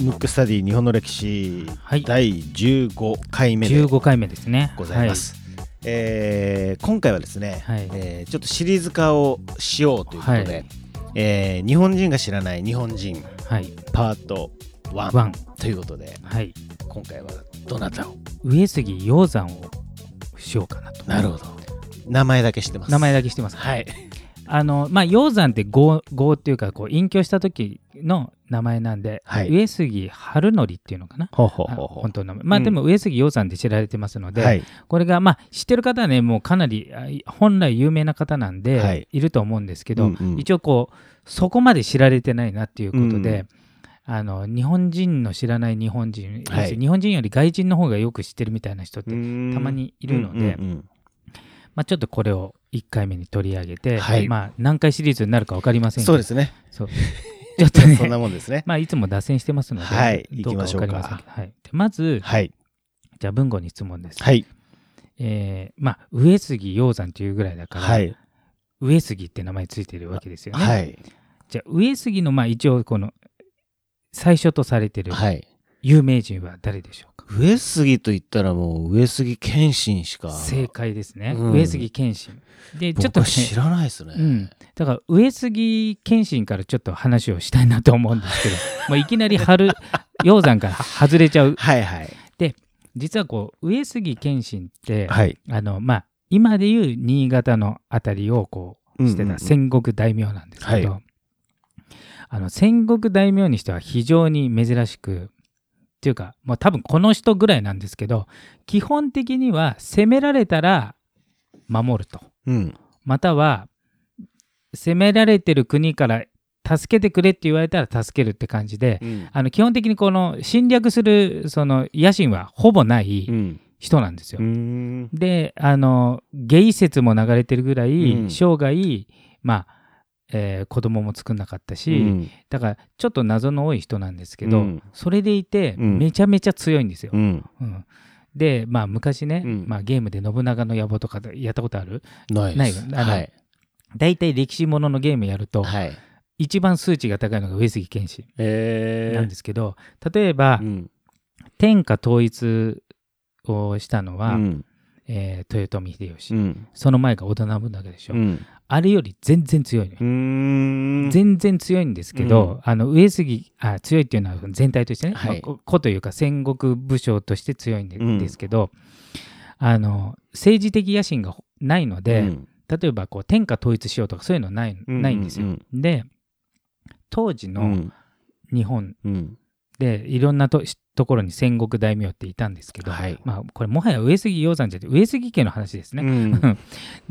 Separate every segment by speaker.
Speaker 1: ムックスタディ日本の歴史、
Speaker 2: はい
Speaker 1: 第15回目で
Speaker 2: 15回目ですね
Speaker 1: ございま、す、えー今回はですね、
Speaker 2: はい
Speaker 1: えーちょっとシリーズ化をしようということで、
Speaker 2: はい
Speaker 1: えー日本人が知らない日本人
Speaker 2: はいはい、
Speaker 1: パート1
Speaker 2: ワン
Speaker 1: ということで
Speaker 2: はい、
Speaker 1: 今回はどなたを
Speaker 2: 上杉鷹山をしようかなと
Speaker 1: なるほど名前だけ知ってます
Speaker 2: 名前
Speaker 1: だ
Speaker 2: だけしてます
Speaker 1: はい
Speaker 2: あのまあ鷹山って豪豪っていうかこう隠居した時の名前なんで、
Speaker 1: はい
Speaker 2: 上杉春則っていうのかな
Speaker 1: ほうほう
Speaker 2: あ
Speaker 1: ほうほ
Speaker 2: 本当の名前まあ、
Speaker 1: うん
Speaker 2: でも上杉鷹山で知られてますの
Speaker 1: う
Speaker 2: で、
Speaker 1: はい
Speaker 2: これがまあ知ってる方はねもうかなりあい本来有名な方なんで、
Speaker 1: はい
Speaker 2: い、ると思うんですけど、
Speaker 1: うんうん
Speaker 2: 一応こうそこまで知られてないなっていうこと
Speaker 1: うんう
Speaker 2: で、あの日本人の知らない日本人、
Speaker 1: はい
Speaker 2: 要するに日本人より外人の方がよく知ってるみたいな人って、
Speaker 1: た
Speaker 2: たまにいるのでまあ、ちょっとこれを1回目に取り上げて、
Speaker 1: はい
Speaker 2: まあ、何回シリーズになるか分かりませんけど
Speaker 1: そうですね
Speaker 2: そうちょっと ね
Speaker 1: そんなもんですね
Speaker 2: まあ、いつも脱線してますので、
Speaker 1: はい
Speaker 2: どうか分かりませ
Speaker 1: 行きましょ
Speaker 2: ん
Speaker 1: う
Speaker 2: けど、はい、でまず、
Speaker 1: はい
Speaker 2: じゃあ文豪に質問です、
Speaker 1: はい
Speaker 2: えーまあ、上杉鷹山というぐらいだから、
Speaker 1: はい
Speaker 2: 上杉って名前ついてるわけですよね。
Speaker 1: はい
Speaker 2: じゃあ上杉のまあ一応この最初とされてる
Speaker 1: はい
Speaker 2: 有名人は誰でしょうか、
Speaker 1: 上杉と言ったらもう上杉謙信しか
Speaker 2: 正解ですね、
Speaker 1: うん
Speaker 2: 上杉謙信。でちょ
Speaker 1: 僕
Speaker 2: っと
Speaker 1: は
Speaker 2: ね
Speaker 1: 知らないですね
Speaker 2: うん、だから上杉謙信からちょっと話をしたいなと思う んですけどもういきなり春鷹山から外れちゃう
Speaker 1: はいはい
Speaker 2: 実はこう上杉謙信って、
Speaker 1: はい
Speaker 2: あのまあ今でいう新潟のあたりをこうして
Speaker 1: うんうんう
Speaker 2: た
Speaker 1: ん
Speaker 2: 戦国大名なんですけど、
Speaker 1: は
Speaker 2: あの戦国大名にしては非常に珍しくっていうかもう多分この人ぐらいなんですけど基本的には攻められたら守ると
Speaker 1: うん
Speaker 2: または攻められてる国から助けてくれって言われたら助けるって感じで、
Speaker 1: うん
Speaker 2: あの基本的にこの侵略するその野心はほぼない
Speaker 1: うん
Speaker 2: 人なんですよ。
Speaker 1: うん
Speaker 2: であのゲイ説も流れてるぐらい、
Speaker 1: うん
Speaker 2: 生涯まあ、えー子供も作んなかったし、
Speaker 1: うん
Speaker 2: だからちょっと謎の多い人なんですけど、
Speaker 1: うん
Speaker 2: それでいて、
Speaker 1: うん
Speaker 2: めちゃめちゃ強いんですよ。
Speaker 1: うん
Speaker 2: うんでまあ昔ね、
Speaker 1: うん
Speaker 2: まあ、ゲームで信長の野望とかやったことある
Speaker 1: ないです
Speaker 2: ないあの
Speaker 1: はい
Speaker 2: 大体歴史もののゲームやると、
Speaker 1: はい
Speaker 2: 一番数値が高いのが上杉謙信
Speaker 1: え
Speaker 2: なんですけど、例えば、
Speaker 1: うん
Speaker 2: 天下統一をしたのは、
Speaker 1: うん
Speaker 2: えー豊臣秀吉、
Speaker 1: うん
Speaker 2: その前が織田信長でしょ、
Speaker 1: うん
Speaker 2: あれより全然強いのよ、
Speaker 1: うん
Speaker 2: 全然強いんですけど、あの上杉あ強いっていうのは全体としてね、
Speaker 1: はい
Speaker 2: まあここというか戦国武将として強いんで,、
Speaker 1: うん
Speaker 2: すけどあの政治的野心がないので、
Speaker 1: うん
Speaker 2: 例えばこう天下統一しようとかそういうのない,、
Speaker 1: うん
Speaker 2: ないんですよ。で当時
Speaker 1: う
Speaker 2: の
Speaker 1: ん
Speaker 2: 日本
Speaker 1: うん
Speaker 2: でいろんなとところに戦国大名っていたんですけど、
Speaker 1: はい
Speaker 2: まあ、これもはや上杉鷹山じゃなくて上杉家の話ですね。
Speaker 1: うん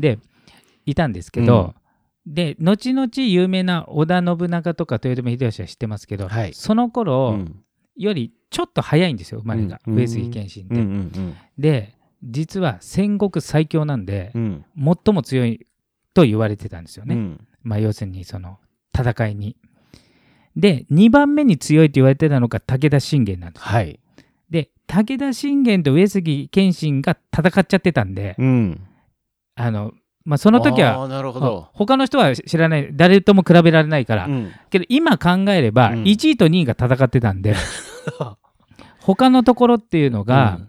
Speaker 2: でいたんですけど、で後々有名な織田信長とか豊臣秀吉は知ってますけど、
Speaker 1: はい
Speaker 2: その
Speaker 1: う
Speaker 2: 頃
Speaker 1: ん
Speaker 2: よりちょっと早いんですよ生まれが、
Speaker 1: うん
Speaker 2: 上杉謙信って。
Speaker 1: うんうん
Speaker 2: で実は戦国最強なんで、
Speaker 1: うん
Speaker 2: 最も強いと言われてたんですよ
Speaker 1: う
Speaker 2: ね、
Speaker 1: ん
Speaker 2: まあ、要するにその戦いに。で2番目に強いと言われてたのが武田信玄なんですよ。
Speaker 1: はい
Speaker 2: で武田信玄と上杉謙信が戦っちゃってたんで、
Speaker 1: うん
Speaker 2: あのまあ、その時は
Speaker 1: あーなるほ
Speaker 2: あ
Speaker 1: ど
Speaker 2: 他の人は知らない誰とも比べられないから、
Speaker 1: うん
Speaker 2: けど今考えれば
Speaker 1: うん
Speaker 2: 1位と2位が戦ってたん で、他のところっていうのが、
Speaker 1: うん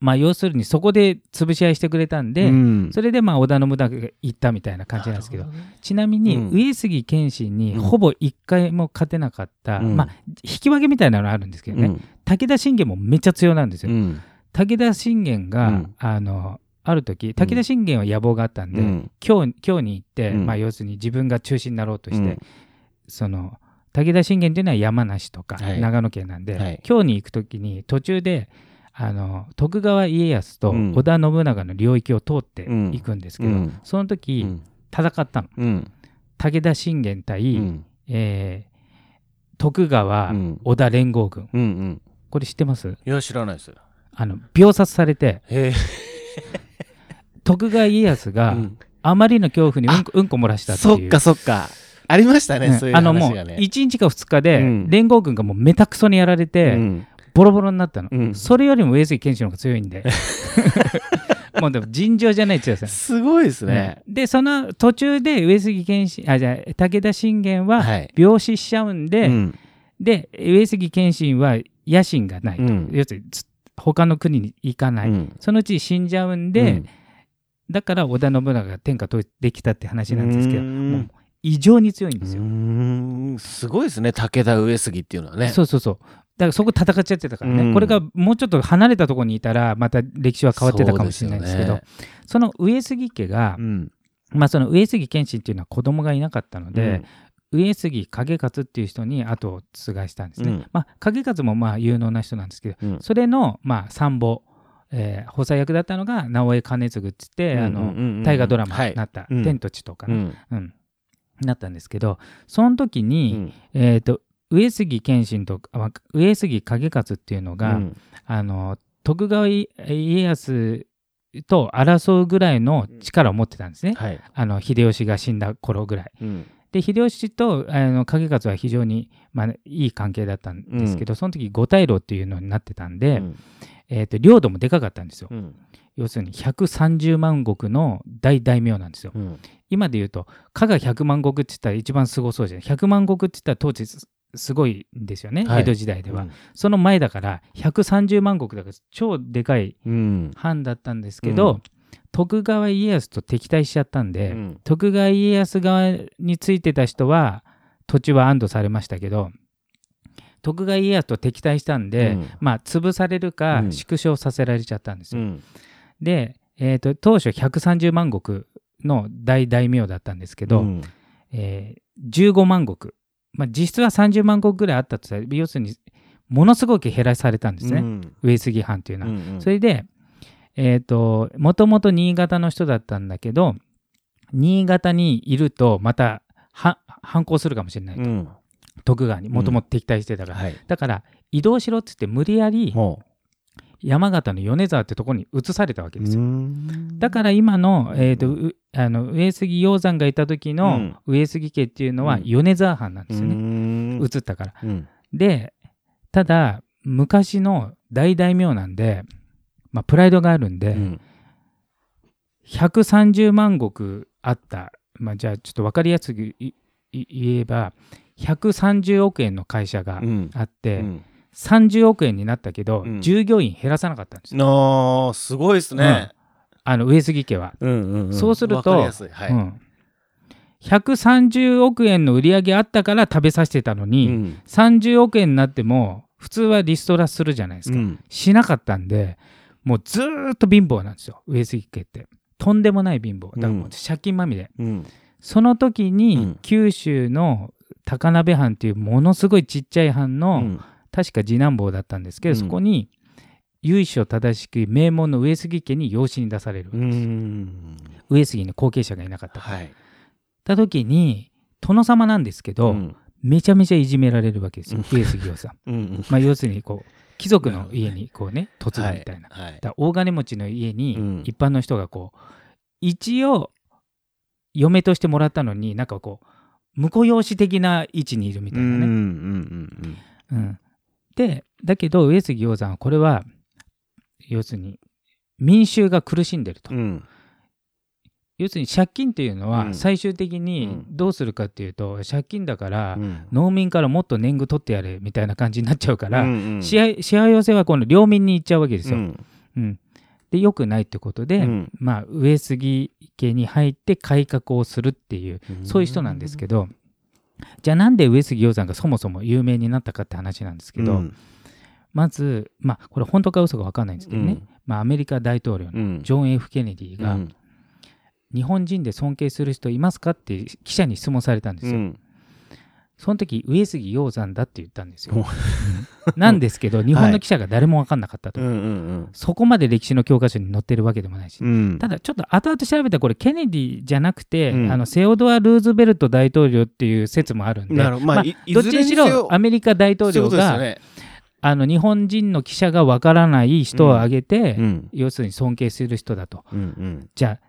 Speaker 2: まあ要するにそこで潰し合いしてくれたんで、
Speaker 1: うん
Speaker 2: それでまあ織田信長が行ったみたいな感じなんですけど
Speaker 1: なる
Speaker 2: ちなみに
Speaker 1: うん
Speaker 2: 上杉謙信に
Speaker 1: うん
Speaker 2: ほぼ1回も勝てなかった、
Speaker 1: うん
Speaker 2: まあ引き分けみたいなのあるんですけ
Speaker 1: ほ
Speaker 2: ど
Speaker 1: どね
Speaker 2: ね、武田信玄もめっちゃ強なんです
Speaker 1: う
Speaker 2: よ。
Speaker 1: ん
Speaker 2: 武田信玄が、
Speaker 1: うん
Speaker 2: あのある時武田信玄は野望があったんで、
Speaker 1: うん
Speaker 2: 京京に行って、
Speaker 1: うん
Speaker 2: まあ、要するに自分が中心になろうとして、
Speaker 1: うん
Speaker 2: その武田信玄というのは山梨とか
Speaker 1: はい
Speaker 2: 長野県なんで、
Speaker 1: はい
Speaker 2: 京に行く時に途中であの徳川家康と
Speaker 1: うん
Speaker 2: 織田信長の領域を通っていくんですけど、
Speaker 1: うん
Speaker 2: その時、戦ったの
Speaker 1: うん
Speaker 2: 武田信玄対、
Speaker 1: うん
Speaker 2: えー徳川、
Speaker 1: うん
Speaker 2: 織田連合軍
Speaker 1: うんうん
Speaker 2: これ知ってます
Speaker 1: いや知らないです
Speaker 2: あの秒殺されて
Speaker 1: へえ
Speaker 2: 徳川家康があまりの恐怖にうんこうんこ漏らしたっていう
Speaker 1: そっかそっかありましたね
Speaker 2: ね
Speaker 1: そういう
Speaker 2: あのもう
Speaker 1: 話がね
Speaker 2: 1日か2日で
Speaker 1: うん
Speaker 2: 連合軍がもうめたくそにやられてボロボロになったの、
Speaker 1: うん
Speaker 2: それよりも上杉謙信の方が強いんで もうでも尋常じゃない強さです
Speaker 1: ごいです
Speaker 2: す
Speaker 1: ね。
Speaker 2: でその途中で上杉謙信あじゃあ武田信玄は
Speaker 1: はい。
Speaker 2: 病死しちゃうんで、
Speaker 1: うん
Speaker 2: で上杉謙信は野心がないと、
Speaker 1: うん
Speaker 2: 要するにつ他の国に行かない、
Speaker 1: うん
Speaker 2: そのうち死んじゃうんで、だから織田信長が天下統一できたって話なんですけど
Speaker 1: うーん
Speaker 2: もう異常に強いん
Speaker 1: う
Speaker 2: ですよ、
Speaker 1: ーんすごいですね武田上杉っていうのはね
Speaker 2: そうそうそうだからそこ戦っちゃってたからね、
Speaker 1: うん
Speaker 2: これがもうちょっと離れたところにいたらまた歴史は変わってたかもしれないんですけ
Speaker 1: そ
Speaker 2: ど
Speaker 1: う
Speaker 2: そ
Speaker 1: で
Speaker 2: の上杉家が、
Speaker 1: うん
Speaker 2: まあ、その上杉謙信っていうのは子供がいなかったので、
Speaker 1: うん
Speaker 2: 上杉景勝っていう人に後を継がしたんですね。
Speaker 1: うん
Speaker 2: まあ、景勝もまあ有能な人なんですけど、
Speaker 1: うん
Speaker 2: それのまあ参謀、えー補佐役だったのが直江兼続っつって、
Speaker 1: うん
Speaker 2: あ
Speaker 1: うん
Speaker 2: の
Speaker 1: うんうん
Speaker 2: 大河ドラマにな
Speaker 1: はい
Speaker 2: った「
Speaker 1: うん
Speaker 2: 天と地」とか
Speaker 1: う
Speaker 2: ね、
Speaker 1: ん
Speaker 2: うんなったんですけどその時
Speaker 1: う
Speaker 2: に、
Speaker 1: ん
Speaker 2: えー、と上杉謙信とあま上杉景勝っていうのが、
Speaker 1: うん
Speaker 2: あの徳川家康と争うぐらいの力を持ってたんですね。
Speaker 1: はい
Speaker 2: あの秀吉が死んだ頃ぐらい。
Speaker 1: うん
Speaker 2: で秀吉とあの景勝は非常に、まあ、いい関係だったんですけど、その時五大老っていうのになってたん
Speaker 1: う
Speaker 2: で、
Speaker 1: ん
Speaker 2: えー、と領土もでかかったんですよ、
Speaker 1: うん
Speaker 2: 要するに130万石の大大名なんですよ、
Speaker 1: うん
Speaker 2: 今で言うと加賀100万石って言ったら一番すごそうじゃない100万石って言ったら当時すすごいんですよね、
Speaker 1: はい
Speaker 2: 江戸時代では、その前だから130万石だから超でかい
Speaker 1: うん
Speaker 2: 藩だったんですけど、
Speaker 1: うん
Speaker 2: 徳川家康と敵対しちゃったんで、
Speaker 1: うん
Speaker 2: 徳川家康側についてた人は土地は安堵されましたけど徳川家康と敵対したんで、
Speaker 1: うん
Speaker 2: まあ潰されるか
Speaker 1: うん
Speaker 2: 縮小させられちゃったんです
Speaker 1: う
Speaker 2: よ。
Speaker 1: ん
Speaker 2: で、えーと当初130万石の大大名だったんですけど、
Speaker 1: うん
Speaker 2: えー15万石、まあ、実質は30万石ぐらいあったとさ要するにものすごく減らされたんですね、
Speaker 1: うん
Speaker 2: 上杉藩というのは。
Speaker 1: うんうん
Speaker 2: それで、えっ、と、もともと新潟の人だったんだけど、新潟にいると、また、は反抗するかもしれない。
Speaker 1: うん
Speaker 2: 徳川に、もともと敵対してたから。
Speaker 1: はい
Speaker 2: だから、移動しろっつって、無理やり
Speaker 1: ほ
Speaker 2: 山形の米沢ってとこに移されたわけ
Speaker 1: う
Speaker 2: ですよ。
Speaker 1: うん
Speaker 2: だから今の,、えー、とうあの上杉鷹山がいた時
Speaker 1: う
Speaker 2: の
Speaker 1: ん
Speaker 2: 上杉家っていうのは
Speaker 1: うん
Speaker 2: 米沢藩なんですよね、
Speaker 1: ね
Speaker 2: 移ったから。
Speaker 1: うん
Speaker 2: でただ昔の大大名なんで、まあ、プライドがあるんで、
Speaker 1: うん
Speaker 2: 130万石あった、まあ、じゃあちょっと分かりやすくいい言えば130億円の会社が
Speaker 1: うん
Speaker 2: あって、
Speaker 1: うん
Speaker 2: 30億円になったけど、
Speaker 1: うん
Speaker 2: 従業員減らさなかったんですよ、
Speaker 1: あーすごいですね
Speaker 2: あの上杉家は。
Speaker 1: うんうんん
Speaker 2: そうすると、
Speaker 1: わかりやすいはいう
Speaker 2: ん、130億円の売り上げあったから食べさせてたの
Speaker 1: う
Speaker 2: に、
Speaker 1: ん
Speaker 2: 30億円になっても普通はリストラするじゃないですか、
Speaker 1: うん
Speaker 2: しなかったんでもうずーっと貧乏なんですよ上杉家ってとんでもない貧乏だからもう借金まみれ、
Speaker 1: うん
Speaker 2: その時
Speaker 1: う
Speaker 2: に
Speaker 1: ん
Speaker 2: 九州の高鍋藩っていうものすごいちっちゃい藩の、
Speaker 1: うん
Speaker 2: 確か次男坊だったんですけど、
Speaker 1: うん
Speaker 2: そこに由緒正しき名門の上杉家に養子に出される、
Speaker 1: うん
Speaker 2: 上杉の後継者がいなかったから、
Speaker 1: はい
Speaker 2: た時に殿様なんですけど、
Speaker 1: うん
Speaker 2: めちゃめちゃいじめられるわけですよ、上杉をさん
Speaker 1: うんうん
Speaker 2: まあ要するにこう貴族の家にこうね嫁ぐみたいな、
Speaker 1: はいはい
Speaker 2: だから大金持ちの家
Speaker 1: う
Speaker 2: に
Speaker 1: ん
Speaker 2: 一般の人がこう、一応嫁としてもらったのになんかこう婿養子的な位置にいるみたいな
Speaker 1: うん
Speaker 2: ね。
Speaker 1: うん
Speaker 2: うんでだけど上杉鷹山はこれは要するに民衆が苦しんでると、
Speaker 1: うんうん
Speaker 2: 要するに借金っていうの
Speaker 1: う
Speaker 2: は
Speaker 1: ん
Speaker 2: 最終的
Speaker 1: う
Speaker 2: に
Speaker 1: ん
Speaker 2: どうするかっていうと、借金だから
Speaker 1: うんうん
Speaker 2: 農民からもっと年貢取ってやれみたいな感じになっちゃうから、
Speaker 1: うんうん
Speaker 2: しわしわ寄せは今度領民に行っちゃうわけですよ。
Speaker 1: うん
Speaker 2: うんで良くないってことで、
Speaker 1: うん
Speaker 2: まあ、上杉家に入って改革をするっていうそういう人なんですけど、じゃあなんで上杉鷹山がそもそも有名になったかって話なんですけど、
Speaker 1: うん
Speaker 2: まず、まあ、これ本当か嘘か分かんないんですけどね、
Speaker 1: うん
Speaker 2: まあ、アメリカ大統領
Speaker 1: う
Speaker 2: の
Speaker 1: ん
Speaker 2: ジョン・ F ・ケネディが、
Speaker 1: うん
Speaker 2: 日本人で尊敬する人いますかって記者に質問されたんです
Speaker 1: う
Speaker 2: よ。
Speaker 1: ん
Speaker 2: その時上杉鷹山だって言ったんですよ。
Speaker 1: お
Speaker 2: うん なんですけど日本の記者が誰も分かんなかったと、
Speaker 1: うんうん
Speaker 2: そこまで歴史の教科書に載ってるわけでもないし、
Speaker 1: うん
Speaker 2: ただちょっと後々調べたらこれケネディじゃなくて、
Speaker 1: うん
Speaker 2: あのセオドア・ルーズベルト大統領っていう説もあるんで
Speaker 1: なるほどまあいい
Speaker 2: どっ
Speaker 1: ず
Speaker 2: ち
Speaker 1: れに
Speaker 2: にし
Speaker 1: せよ
Speaker 2: ろアメリカ大統領が
Speaker 1: そういうこ
Speaker 2: あの日本人の記者がわからない人を挙げて、
Speaker 1: とですよねうん
Speaker 2: 要するに尊敬する人だと
Speaker 1: うんうん
Speaker 2: じゃあ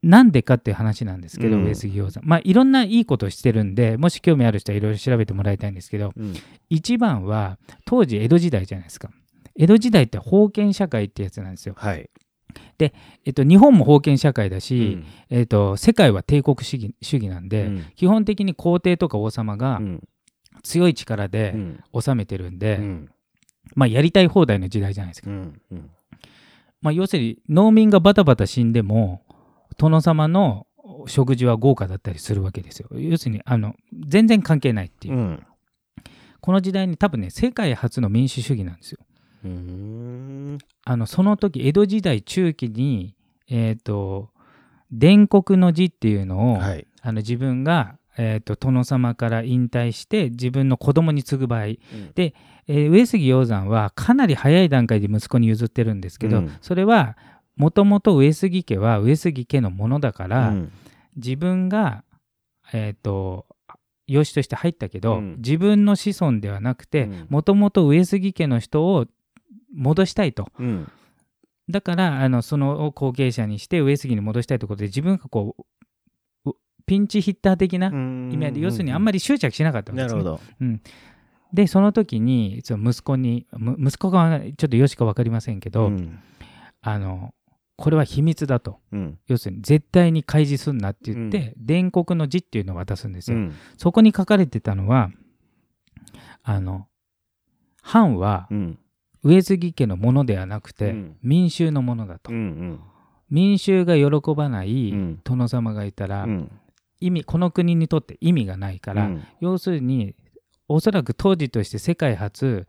Speaker 2: なんでかっていう話なんですけど、
Speaker 1: うん
Speaker 2: 上杉鷹山まあいろんないいことをしてるんでもし興味ある人はいろいろ調べてもらいたいんですけど
Speaker 1: うん
Speaker 2: 一番は当時江戸時代じゃないですか江戸時代って封建社会ってやつなんですよ
Speaker 1: はい
Speaker 2: えっと、日本も封建社会だ
Speaker 1: う
Speaker 2: し、
Speaker 1: ん
Speaker 2: えっと、世界は帝国主義主義なんで、
Speaker 1: うん
Speaker 2: 基本的に皇帝とか王様が
Speaker 1: うん
Speaker 2: 強い力
Speaker 1: う
Speaker 2: で
Speaker 1: ん
Speaker 2: 治めてるんで、
Speaker 1: うん
Speaker 2: まあ、やりたい放題の時代じゃないですか、
Speaker 1: うんうん
Speaker 2: まあ、要するに農民がバタバタ死んでも殿様の食事は豪華だったりするわけですよ要するにあの全然関係ないっていう、
Speaker 1: うん
Speaker 2: この時代に多分ね世界初の民主主義なんですよ
Speaker 1: うん
Speaker 2: あのその時江戸時代中期にえっ、と「伝国の字」っていうのを、
Speaker 1: はい
Speaker 2: あの自分が、えー、と殿様から引退して自分の子供に継ぐ場合、で、えー上杉鷹山はかなり早い段階で息子に譲ってるんですけど、
Speaker 1: うん
Speaker 2: それはもともと上杉家は上杉家のものだから、
Speaker 1: うん
Speaker 2: 自分がえっ、と養子として入ったけど、
Speaker 1: うん
Speaker 2: 自分の子孫ではなくて
Speaker 1: うん
Speaker 2: もともと上杉家の人を戻したいと
Speaker 1: うん
Speaker 2: だからあのその後継者にして上杉に戻したいということで自分がこううピンチヒッター的な意味合いで要するにあんまり執着しなかったわけ
Speaker 1: な
Speaker 2: です、
Speaker 1: る
Speaker 2: ね
Speaker 1: ほど
Speaker 2: でその時にその息子にむ息子がちょっとよしか分かりませんけ
Speaker 1: う
Speaker 2: ど、
Speaker 1: ん
Speaker 2: あのこれは秘密だと
Speaker 1: うん
Speaker 2: 要するに絶対に開示すんなって言って、伝国の字っていうのを渡すんです
Speaker 1: う
Speaker 2: よ、
Speaker 1: ん
Speaker 2: そこに書かれてたのはあの藩は
Speaker 1: うん
Speaker 2: 上杉家のものではなくて、
Speaker 1: うん
Speaker 2: 民衆のものだと、
Speaker 1: うんうん
Speaker 2: 民衆が喜ばない
Speaker 1: うん
Speaker 2: 殿様がいたら、
Speaker 1: うん
Speaker 2: 意味この国にとって意味がないから、
Speaker 1: うん
Speaker 2: 要するにおそらく当時として世界初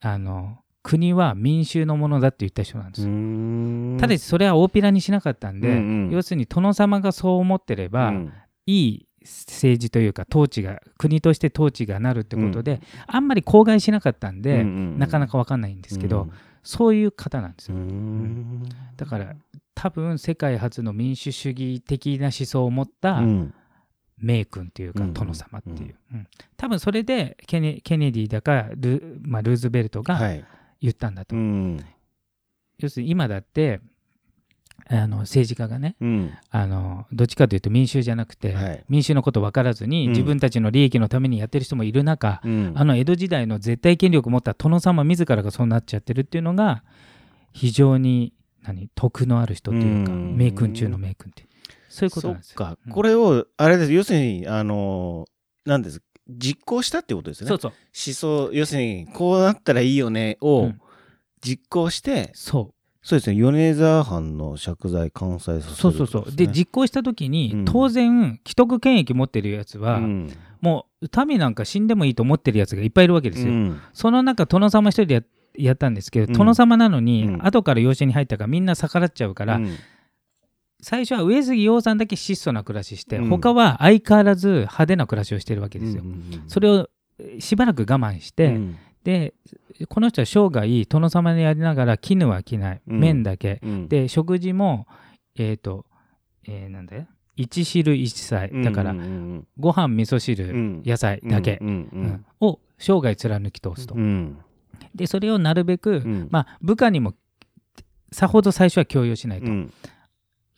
Speaker 2: あの国は民衆のものだって言った人なんです
Speaker 1: う
Speaker 2: よ、
Speaker 1: ん
Speaker 2: ただしそれは大っぴらにしなかったんで、
Speaker 1: うんうん
Speaker 2: 要するに殿様がそう思ってれば、
Speaker 1: うん
Speaker 2: いい政治というか統治が国として統治がなるってことで、あんまり口外しなかったんで、
Speaker 1: うんうん
Speaker 2: なかなか分かんないんですけど、
Speaker 1: うん
Speaker 2: そういう方なんですよ、
Speaker 1: うん
Speaker 2: だから多分世界初の民主主義的な思想を持った
Speaker 1: うん
Speaker 2: 名君っていうか
Speaker 1: うん
Speaker 2: 殿様っていう、うん多分それでケネケネディだかル,、まあ、ルーズベルトが
Speaker 1: はい
Speaker 2: 言ったんだと、
Speaker 1: うん
Speaker 2: 要するに今だってあの政治家がね
Speaker 1: うん
Speaker 2: あのどっちかというと民衆じゃなくて、
Speaker 1: はい
Speaker 2: 民衆のこと分からずに
Speaker 1: うん
Speaker 2: 自分たちの利益のためにやってる人もいる中、
Speaker 1: うん
Speaker 2: あの江戸時代の絶対権力を持った殿様自らがそうなっちゃってるっていうのが非常に何徳のある人というか
Speaker 1: うん
Speaker 2: 名君中の名君ってそういうこと
Speaker 1: そ
Speaker 2: なんです
Speaker 1: っ
Speaker 2: よ。
Speaker 1: か
Speaker 2: うん
Speaker 1: これをあれです要するにあのなんです実行したってことですね
Speaker 2: そうそう
Speaker 1: 思想要するにこうなったらいいよね
Speaker 2: う
Speaker 1: を
Speaker 2: ん
Speaker 1: 実行して
Speaker 2: そう
Speaker 1: そうですね米沢藩の借財完済させる
Speaker 2: そうそうそうで
Speaker 1: 実
Speaker 2: 実行した時に、
Speaker 1: うん
Speaker 2: 当然既得権益持ってるやつは、
Speaker 1: うん
Speaker 2: もう民なんか死んでもいいと思ってるやつがいっぱいいるわけですよ、
Speaker 1: うん
Speaker 2: その中殿様一人でややったんですけど、
Speaker 1: うん
Speaker 2: 殿様なのに、
Speaker 1: うん
Speaker 2: 後から養子に入ったからみんな逆らっちゃうから、
Speaker 1: うん
Speaker 2: 最初は上杉鷹山だけ質素な暮らしして、
Speaker 1: うん
Speaker 2: 他は相変わらず派手な暮らしをしてるわけですよ、
Speaker 1: うんうんうん
Speaker 2: それをえーしばらく我慢して、
Speaker 1: うん
Speaker 2: でこの人は生涯殿様でやりながら絹は着ない
Speaker 1: うん
Speaker 2: 麺だけ、
Speaker 1: うん
Speaker 2: で食事もえっ、と、えーなんだよ一汁一菜だから、
Speaker 1: うんうん
Speaker 2: ご飯味噌
Speaker 1: う
Speaker 2: 汁
Speaker 1: ん
Speaker 2: 野菜だけ、
Speaker 1: うんうん
Speaker 2: うんを生涯貫き通すと、
Speaker 1: うん
Speaker 2: でそれをなるべく、
Speaker 1: うん
Speaker 2: まあ部下にもさほど最初は強要しないと、
Speaker 1: うん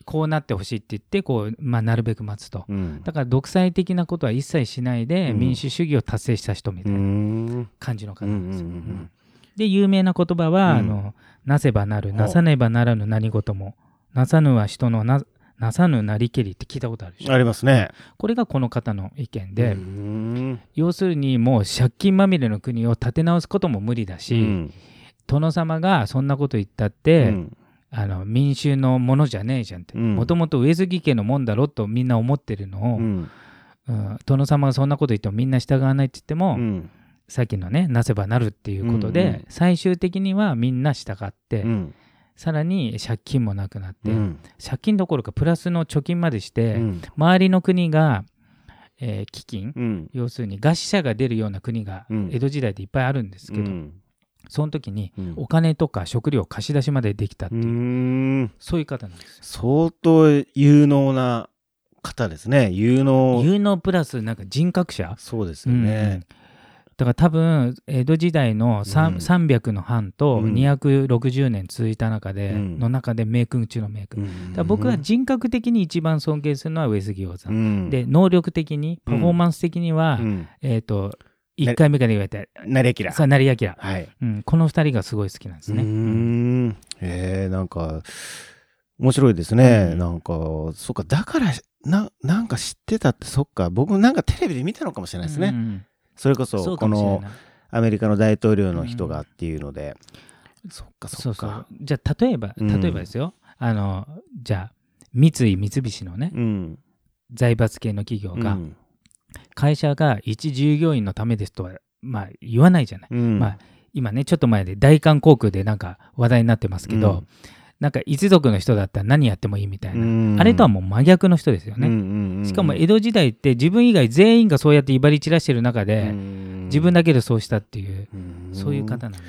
Speaker 2: こうなってほしいって言ってこう、まあ、なるべく待つと
Speaker 1: うん
Speaker 2: だから独裁的なことは一切しないで、
Speaker 1: うん
Speaker 2: 民主主義を達成した人み
Speaker 1: う
Speaker 2: たいなん感じの方なんですよ、
Speaker 1: うんうんうんうん
Speaker 2: うんで有名な言葉は、
Speaker 1: うん
Speaker 2: あのなせばなる
Speaker 1: お
Speaker 2: なさねばならぬ何事もなさぬは人のななさぬなりけりって聞いたことあるでしょ
Speaker 1: ありますね
Speaker 2: これがこの方の意見で、
Speaker 1: うん
Speaker 2: 要するにもう借金まみれの国を立て直すことも無理だし、
Speaker 1: うん
Speaker 2: 殿様がそんなこと言ったっ
Speaker 1: う
Speaker 2: て、
Speaker 1: ん
Speaker 2: あの民衆のものじゃねえじゃんって
Speaker 1: うん
Speaker 2: もともと上杉家のもんだろとみんな思ってるのを、
Speaker 1: うん
Speaker 2: うん殿様がそんなこと言ってもみんな従わないって言っても、
Speaker 1: うん
Speaker 2: さっきのねなせばなるっていうことで、
Speaker 1: うんうん
Speaker 2: 最終的にはみんな従って、
Speaker 1: うん
Speaker 2: さらに借金もなくなって、
Speaker 1: うん
Speaker 2: 借金どころかプラスの貯金までして、
Speaker 1: うん
Speaker 2: 周りの国が、えー基金、
Speaker 1: うん
Speaker 2: 要するに餓死者が出るような国が
Speaker 1: うん
Speaker 2: 江戸時代でいっぱいあるんですけど、
Speaker 1: うん
Speaker 2: その時に
Speaker 1: うん
Speaker 2: お金とか食料貸し出しまでできたって
Speaker 1: う
Speaker 2: いう、
Speaker 1: ん
Speaker 2: そういう方なんですよ。
Speaker 1: 相当有能な方ですね有能
Speaker 2: 有能プラスなんか人格者
Speaker 1: そうですよね
Speaker 2: だから多分江戸時代のさん
Speaker 1: うん
Speaker 2: 300の藩と
Speaker 1: うん
Speaker 2: 260年続いた中で、
Speaker 1: うん
Speaker 2: の中で名君中の名君、だから僕は人格的に一番尊敬するのは上杉鷹山、
Speaker 1: ん
Speaker 2: で能力的にパフォーマンス的には、
Speaker 1: うん
Speaker 2: えっ、と1回目から言われて
Speaker 1: なれきら
Speaker 2: さあ成明、
Speaker 1: はい
Speaker 2: うん、この2人がすごい好きなんですね、
Speaker 1: うーんえー、なんか面白いですね。
Speaker 2: うん
Speaker 1: なんか、そっか、だから、な、なんか知ってたって、そっか、僕なんかテレビで見たのかもしれないですね。
Speaker 2: うんうん
Speaker 1: それこ
Speaker 2: うん
Speaker 1: そ、
Speaker 2: そうか
Speaker 1: こ
Speaker 2: もしれ
Speaker 1: の
Speaker 2: ない。
Speaker 1: アメリカの大統領の人がっていうので、そっか、
Speaker 2: そ
Speaker 1: そうっ
Speaker 2: そう
Speaker 1: か。
Speaker 2: じゃあ例えば
Speaker 1: うん
Speaker 2: 例えばですよ、あのじゃあ三井三菱のね、
Speaker 1: うん。
Speaker 2: 財閥系の企業が、
Speaker 1: うん
Speaker 2: 会社が一従業員のためですとはまあ言わないじゃない、
Speaker 1: うん
Speaker 2: まあ今ねちょっと前で大韓航空でなんか話題になってますけど、
Speaker 1: うん
Speaker 2: なんか一族の人だったら何やってもいいみたい
Speaker 1: う
Speaker 2: な、
Speaker 1: ん
Speaker 2: あれとはもう真逆の人ですよね、しかも江戸時代って自分以外全員がそうやって威張り散らしてる中で、自分
Speaker 1: だ
Speaker 2: だけでそうしたっていう、
Speaker 1: け
Speaker 2: そういう方なんで、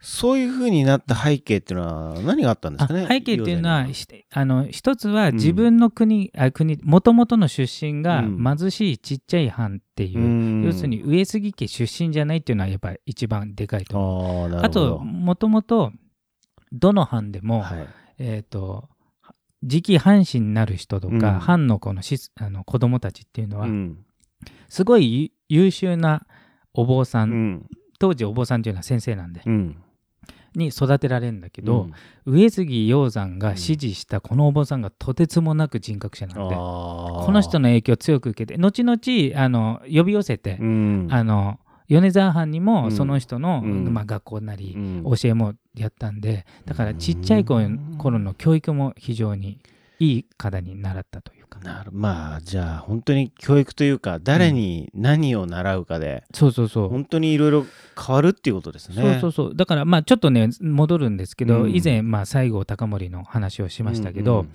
Speaker 1: そういうふうになった背景っていうのは何があったんです
Speaker 2: あ
Speaker 1: かね
Speaker 2: 背景っていうの
Speaker 1: 要
Speaker 2: は
Speaker 1: 塞
Speaker 2: しあの一つは
Speaker 1: ん
Speaker 2: 自分の国、あ国もともとの出身が
Speaker 1: うん
Speaker 2: 貧しいちっちゃい藩っていう、
Speaker 1: には
Speaker 2: 要するに上杉家出身じゃないっていうのはやっぱり一番でかいと
Speaker 1: あ
Speaker 2: 思う
Speaker 1: ーなる
Speaker 2: あ
Speaker 1: ほ
Speaker 2: と
Speaker 1: ど
Speaker 2: もともとどの藩でも、
Speaker 1: はい
Speaker 2: えっ、と次期藩士になる人とか、
Speaker 1: うん
Speaker 2: 藩の子の子あの子供たちっていうのは、
Speaker 1: うん
Speaker 2: すごいゆ優秀なお坊さ、
Speaker 1: うんん
Speaker 2: 当時お坊さんっていうのは先生なんで、
Speaker 1: うん
Speaker 2: に育てられるんだけ
Speaker 1: け
Speaker 2: ど、上杉鷹山が支持したこのお坊さんがとてつもなく人格者なんで、
Speaker 1: こ
Speaker 2: この人の影響を強く受けて後々あの呼び寄せて、あの米沢藩に
Speaker 1: う
Speaker 2: も
Speaker 1: ん
Speaker 2: その人の、
Speaker 1: うん
Speaker 2: まあ、学校なり、
Speaker 1: の
Speaker 2: 教えもやったんでだからちっちゃい頃
Speaker 1: うん
Speaker 2: 頃の教育も非常にいい方に習ったというか
Speaker 1: なるまあじゃあ本当に教育というか誰に何を習うかで
Speaker 2: そうそうそう。
Speaker 1: 本当にいろいろ変わるっていうことですね。
Speaker 2: そうそうそうだからまあちょっとね戻るんですけど、
Speaker 1: うん
Speaker 2: 以前まあ西郷隆盛の話をし
Speaker 1: し
Speaker 2: ましたけど、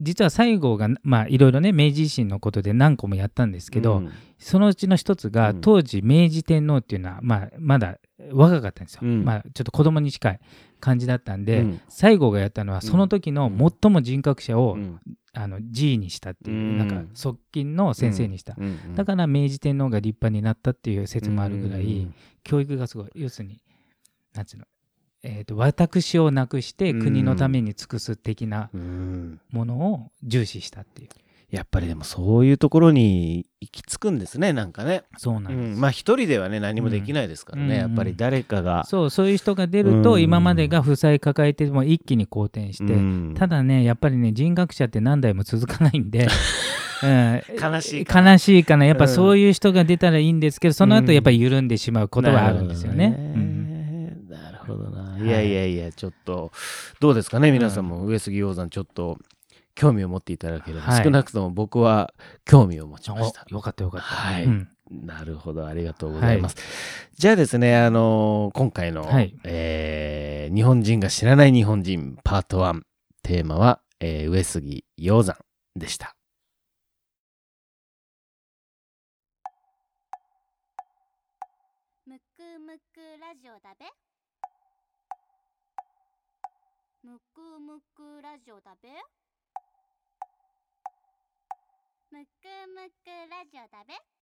Speaker 2: 実は西郷がまあいろいろね明治維新のことで何個もやったんですけど、そのうちの一つが、
Speaker 1: うん
Speaker 2: 当時明治天皇っていうのは、まあ、まだ若かったんですよ、
Speaker 1: うん
Speaker 2: まあ、ちょっと子供に近い感じだったんで、
Speaker 1: うん
Speaker 2: 西郷がやったのはその時の最も人格者を、
Speaker 1: うん
Speaker 2: あの G にしたっていう、
Speaker 1: うん
Speaker 2: なんか側近の先生にした、
Speaker 1: うん
Speaker 2: だから明治天皇が立派になったっていう説もあるぐらい、
Speaker 1: うん
Speaker 2: 教育がすごい要するになんつうの、えー、と私をなくして国のために尽くす的な
Speaker 1: うん
Speaker 2: ものを重視したっていう、
Speaker 1: やっぱりでもそういうところに行き着くんですねなんかね。
Speaker 2: そうなんです、
Speaker 1: うんまあ一人ではね何もできないですからね、
Speaker 2: うん
Speaker 1: やっぱり誰かが。
Speaker 2: そうそういう人が出ると
Speaker 1: うん
Speaker 2: 今までが負債抱えても一気に好転して、
Speaker 1: うん
Speaker 2: ただねやっぱりね人格者って何代も続かないん で、うん
Speaker 1: 悲しいかな
Speaker 2: 悲しいかなやっぱ
Speaker 1: うん
Speaker 2: そういう人が出たらいいんですけどその
Speaker 1: う
Speaker 2: 後
Speaker 1: ん
Speaker 2: やっぱり緩んでしまうことはあるんですよね。うん
Speaker 1: なるほどねなるほどな。
Speaker 2: い
Speaker 1: いやいやいや、ちょっと、どうですかね、皆さんも上杉鷹山、ちょっと興味を持っていただければ、
Speaker 2: はい
Speaker 1: 少なくとも僕は興味を持ちました。
Speaker 2: およかったよかった。
Speaker 1: はい
Speaker 2: うん
Speaker 1: なるほど、ありがとうございます。じゃあですね、あの今回の、
Speaker 2: はい
Speaker 1: えー日本人が知らない日本人パート1、テーマは、えー上杉鷹山でした。
Speaker 3: むくむくラジオだべむくむくラジオだべむくむくラジオだべ